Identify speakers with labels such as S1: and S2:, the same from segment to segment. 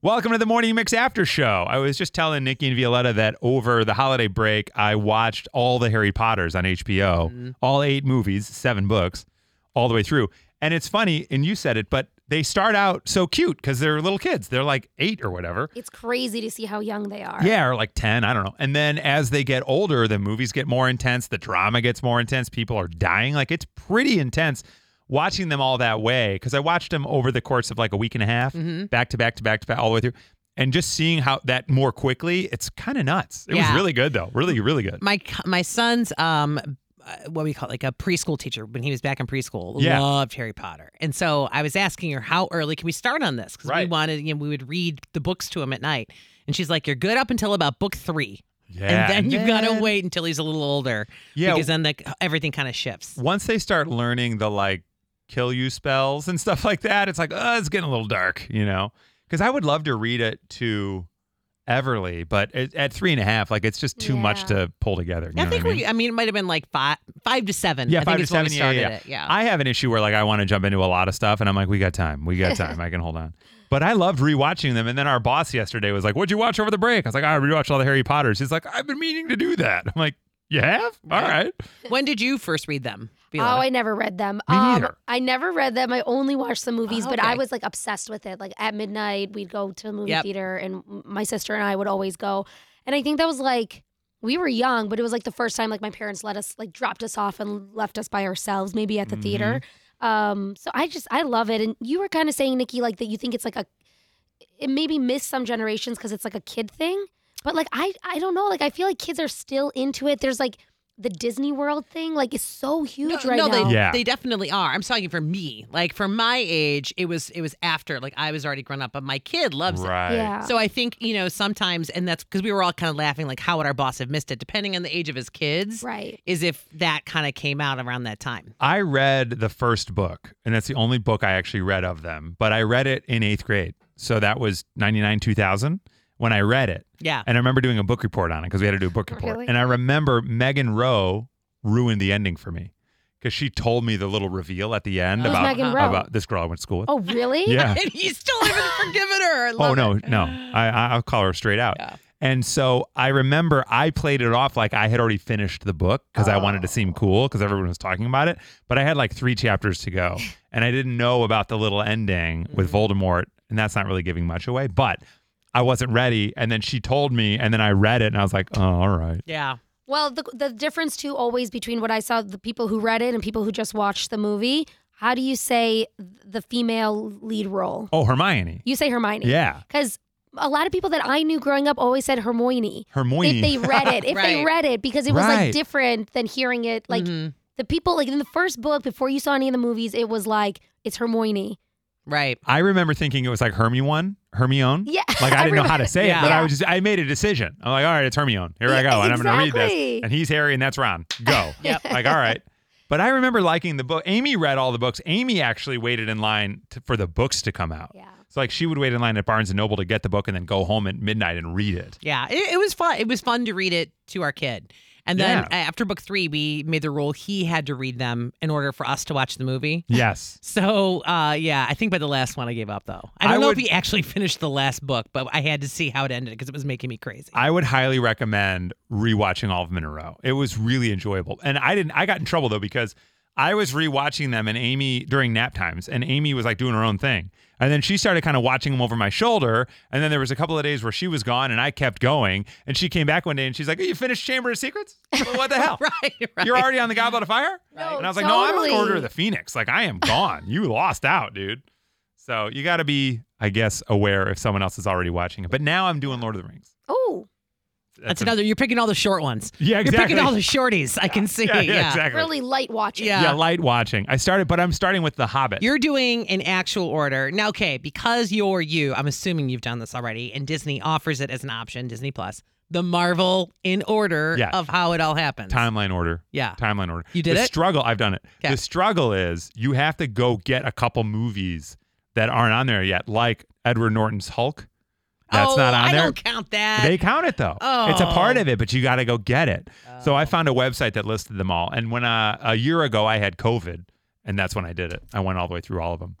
S1: Welcome to the Morning Mix After Show. I was just telling Nikki and Violetta that over the holiday break, I watched all the Harry Potters on HBO, all eight movies, seven books, all the way through. And it's funny, and you said it, but they start out so cute because they're little kids. They're like eight or whatever.
S2: It's crazy to see how young they are.
S1: Yeah, or like 10, I don't know. And then as they get older, the movies get more intense, the drama gets more intense, people are dying. Like it's pretty intense watching them all that way because I watched them over the course of like a week and a half,
S3: Mm-hmm.
S1: back to back to back to back, all the way through. And just seeing how that more quickly, it's kind of nuts. It
S3: Yeah.
S1: was really good though. Really, really good.
S3: my my son's um uh, what we call it, like a preschool teacher when he was back in preschool
S1: Yeah.
S3: loved Harry Potter, and so I was asking her how early can we start on this because we
S1: Right.
S3: wanted you know we would read the books to him at night, and she's like you're good up until about book three,
S1: Yeah.
S3: Mm-hmm. and then you've got to
S1: then-
S3: wait until he's a little older
S1: Yeah.
S3: because then like everything kind of shifts.
S1: Once they start learning the like kill you spells and stuff like that, it's like, oh, it's getting a little dark, you know? Because I would love to read it to Everly, but at, at three and a half, like it's just too much
S2: Yeah.
S1: to pull together. You
S3: I
S1: know
S3: think
S1: what I mean?
S3: we I mean it might have been like five five to seven.
S1: Yeah,
S3: I
S1: five
S3: think
S1: to
S3: is when
S1: seven,
S3: we
S1: yeah,
S3: started
S1: yeah, yeah.
S3: it. Yeah.
S1: I have an issue where like I want to jump into a lot of stuff, and I'm like, we got time, we got time, I can hold on. But I loved rewatching them, and then our boss yesterday was like, "What'd you watch over the break?" I was like, "I rewatched all the Harry Potters." He's like, "I've been meaning to do that." I'm like, "You have? All right."
S3: when did you first read them?
S2: Oh,
S3: Violetta?
S2: I never read them. Um,
S1: Me neither.
S2: I never read them. I only watched the movies, but I
S3: Okay.
S2: was like obsessed with it. Like at midnight, we'd go to the movie
S3: Yep.
S2: theater, and m- my sister and I would always go. And I think that was like we were young, but it was like the first time like my parents let us like dropped us off and left us by ourselves, maybe at the theater.
S1: Mm-hmm.
S2: Um, so I just I love it. And you were kind of saying Nikki like that you think it's like a it maybe missed some generations because it's like a kid thing. But like I I don't know. Like I feel like kids are still into it. There's like the Disney World thing, like it's so huge right now.
S3: Uh, they,
S1: Yeah.
S3: they definitely are. I'm talking for me. Like for my age, it was it was after like I was already grown up, but my kid loves it.
S1: Right.
S2: Yeah.
S3: So I think you know sometimes, and that's because we were all kind of laughing, like how would our boss have missed it? Depending on the age of his kids,
S2: right.
S3: is if that kind of came out around that time.
S1: I read the first book, and that's the only book I actually read of them. But I read it in eighth grade, so that was ninety nine two thousand when I read it.
S3: Yeah,
S1: And I remember doing a book report on it because we had to do a book report.
S2: Really?
S1: And I remember Megan Rowe ruined the ending for me because she told me the little reveal at the end
S3: Who's
S1: about,
S3: Megan
S2: Rowe?
S1: about this girl I went to school with.
S2: Oh, really?
S1: yeah.
S3: and you still haven't forgiven her. I
S1: Oh
S3: love
S1: no,
S3: it.
S1: no. I I- I'll call her straight out.
S3: Yeah.
S1: And so I remember I played it off like I had already finished the book because I
S3: Oh.
S1: wanted to seem cool because everyone was talking about it. But I had like three chapters to go, and I didn't know about the little ending with
S3: Mm-hmm.
S1: Voldemort, and that's not really giving much away. But I wasn't ready, and then she told me, and then I read it, and I was like, oh, all right.
S3: Yeah,
S2: Well, the the difference too always between what I saw the people who read it and people who just watched the movie. How do you say the female lead role?
S1: Oh, Hermione.
S2: You say Hermione.
S1: Yeah,
S2: Because a lot of people that I knew growing up always said Hermione.
S1: Hermione.
S2: If they read it, if they
S3: Right.
S2: read it, because it was
S1: Right.
S2: like different than hearing it. Like
S3: Mhm.
S2: the people, like in the first book, before you saw any of the movies, it was like it's Hermione.
S3: right.
S1: I remember thinking it was like Hermione, Hermione.
S2: Yeah.
S1: Like I didn't know how to say it,
S3: Yeah.
S1: but I
S2: Yeah.
S1: was just I made a decision. I'm like, all right, it's Hermione. Here I go,
S2: Yeah,
S1: and I'm gonna read this.
S2: exactly.
S1: And he's Harry, and that's Ron. Go.
S3: Yep.
S1: Like, all right. But I remember liking the book. Amy read all the books. Amy actually waited in line to, for the books to come out.
S2: Yeah.
S1: So like she would wait in line at Barnes and Noble to get the book and then go home at midnight and read it.
S3: Yeah, it, it was fun. It was fun to read it to our kid. And then
S1: Yeah.
S3: uh, after book three, we made the rule he had to read them in order for us to watch the movie.
S1: Yes.
S3: So, uh, yeah, I think by the last one I gave up, though. I
S1: I
S3: don't know
S1: would-
S3: if he actually finished the last book, but I had to see how it ended because it was making me crazy.
S1: I would highly recommend rewatching all of them in a row. It was really enjoyable. And I didn't I got in trouble though because I was rewatching them and Amy during nap times and Amy was like doing her own thing. And then she started kind of watching them over my shoulder. And then there was a couple of days where she was gone and I kept going. And she came back one day and she's like, "Hey, You finished Chamber of Secrets? Well, what the hell?
S3: right, right. Oh,
S1: You're already on the Goblet of Fire?
S2: No,
S1: and I was like, No, I'm on
S2: totally.
S1: Order of the Phoenix. Like, I am gone. you lost out, dude. So you got to be, I guess, aware if someone else is already watching it. But now I'm doing Lord of the Rings.
S2: Oh,
S3: That's
S1: a-
S3: another. You're picking all the short ones.
S1: Yeah,
S3: You're
S1: exactly.
S3: picking all the shorties. I can see. Yeah.
S1: exactly.
S2: really light watching.
S3: Yeah.
S1: yeah. light watching. I started, but I'm starting with The Hobbit.
S3: You're doing an actual order. Now, okay, because you're you, I'm assuming you've done this already, and Disney offers it as an option, Disney Plus, the Marvel in order
S1: Yeah.
S3: of how it all happens.
S1: Timeline order.
S3: Yeah.
S1: Timeline order.
S3: You did
S1: the
S3: it?
S1: struggle. I've done it.
S3: Okay.
S1: The struggle is you have to go get a couple movies that aren't on there yet, like Edward Norton's Hulk. That's
S3: oh,
S1: not on
S3: I
S1: there.
S3: don't count that.
S1: They count it though. It's a part of it, but you got to go get it. So
S2: Oh.
S3: Oh.
S1: I found a website that listed them all. And when uh, a year ago I had COVID, and that's when I did it. I went all the way through all of them.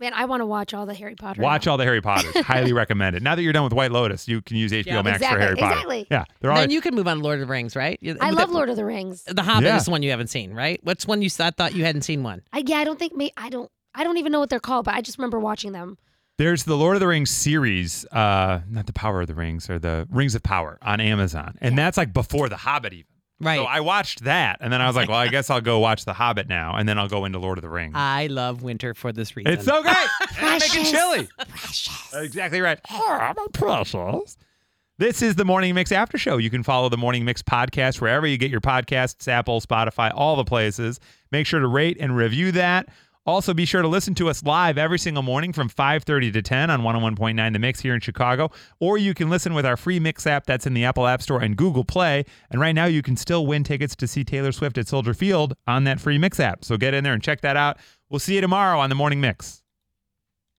S2: Man, I want to watch all the Harry Potter.
S1: Watch
S2: now.
S1: all the Harry Potters. Highly recommend it. Now that you're done with White Lotus, you can use HBO
S3: Yeah,
S1: Max for
S2: exactly,
S1: Harry Potter.
S2: exactly.
S1: Yeah, they're all.
S3: Then you can move on to Lord of the Rings, right? You-
S2: I
S3: but
S2: love
S3: that-
S2: Lord of the Rings.
S3: The Hobbit
S1: Yeah.
S3: is the one you haven't seen, right? What's one you s- I thought you hadn't seen one?
S2: I, yeah, I don't think may, I don't I don't even know what they're called, but I just remember watching them.
S1: There's the Lord of the Rings series, uh, not the Power of the Rings or the Rings of Power on Amazon, and that's like before the Hobbit even.
S3: Right.
S1: So I watched that, and then I was like, well, I guess I'll go watch the Hobbit now, and then I'll go into Lord of the Rings.
S3: I love winter for this reason.
S1: it's so great. and it's
S2: Precious.
S1: making chili.
S2: Precious.
S1: Exactly right. Ah, my precious. This is the Morning Mix After Show. You can follow the Morning Mix podcast wherever you get your podcasts, Apple, Spotify, all the places. Make sure to rate and review that. Also, be sure to listen to us live every single morning from 5.30 to 10 on 101.9 The Mix here in Chicago. Or you can listen with our free Mix app that's in the Apple App Store and Google Play. And right now, you can still win tickets to see Taylor Swift at Soldier Field on that free Mix app. So get in there and check that out. We'll see you tomorrow on the Morning Mix.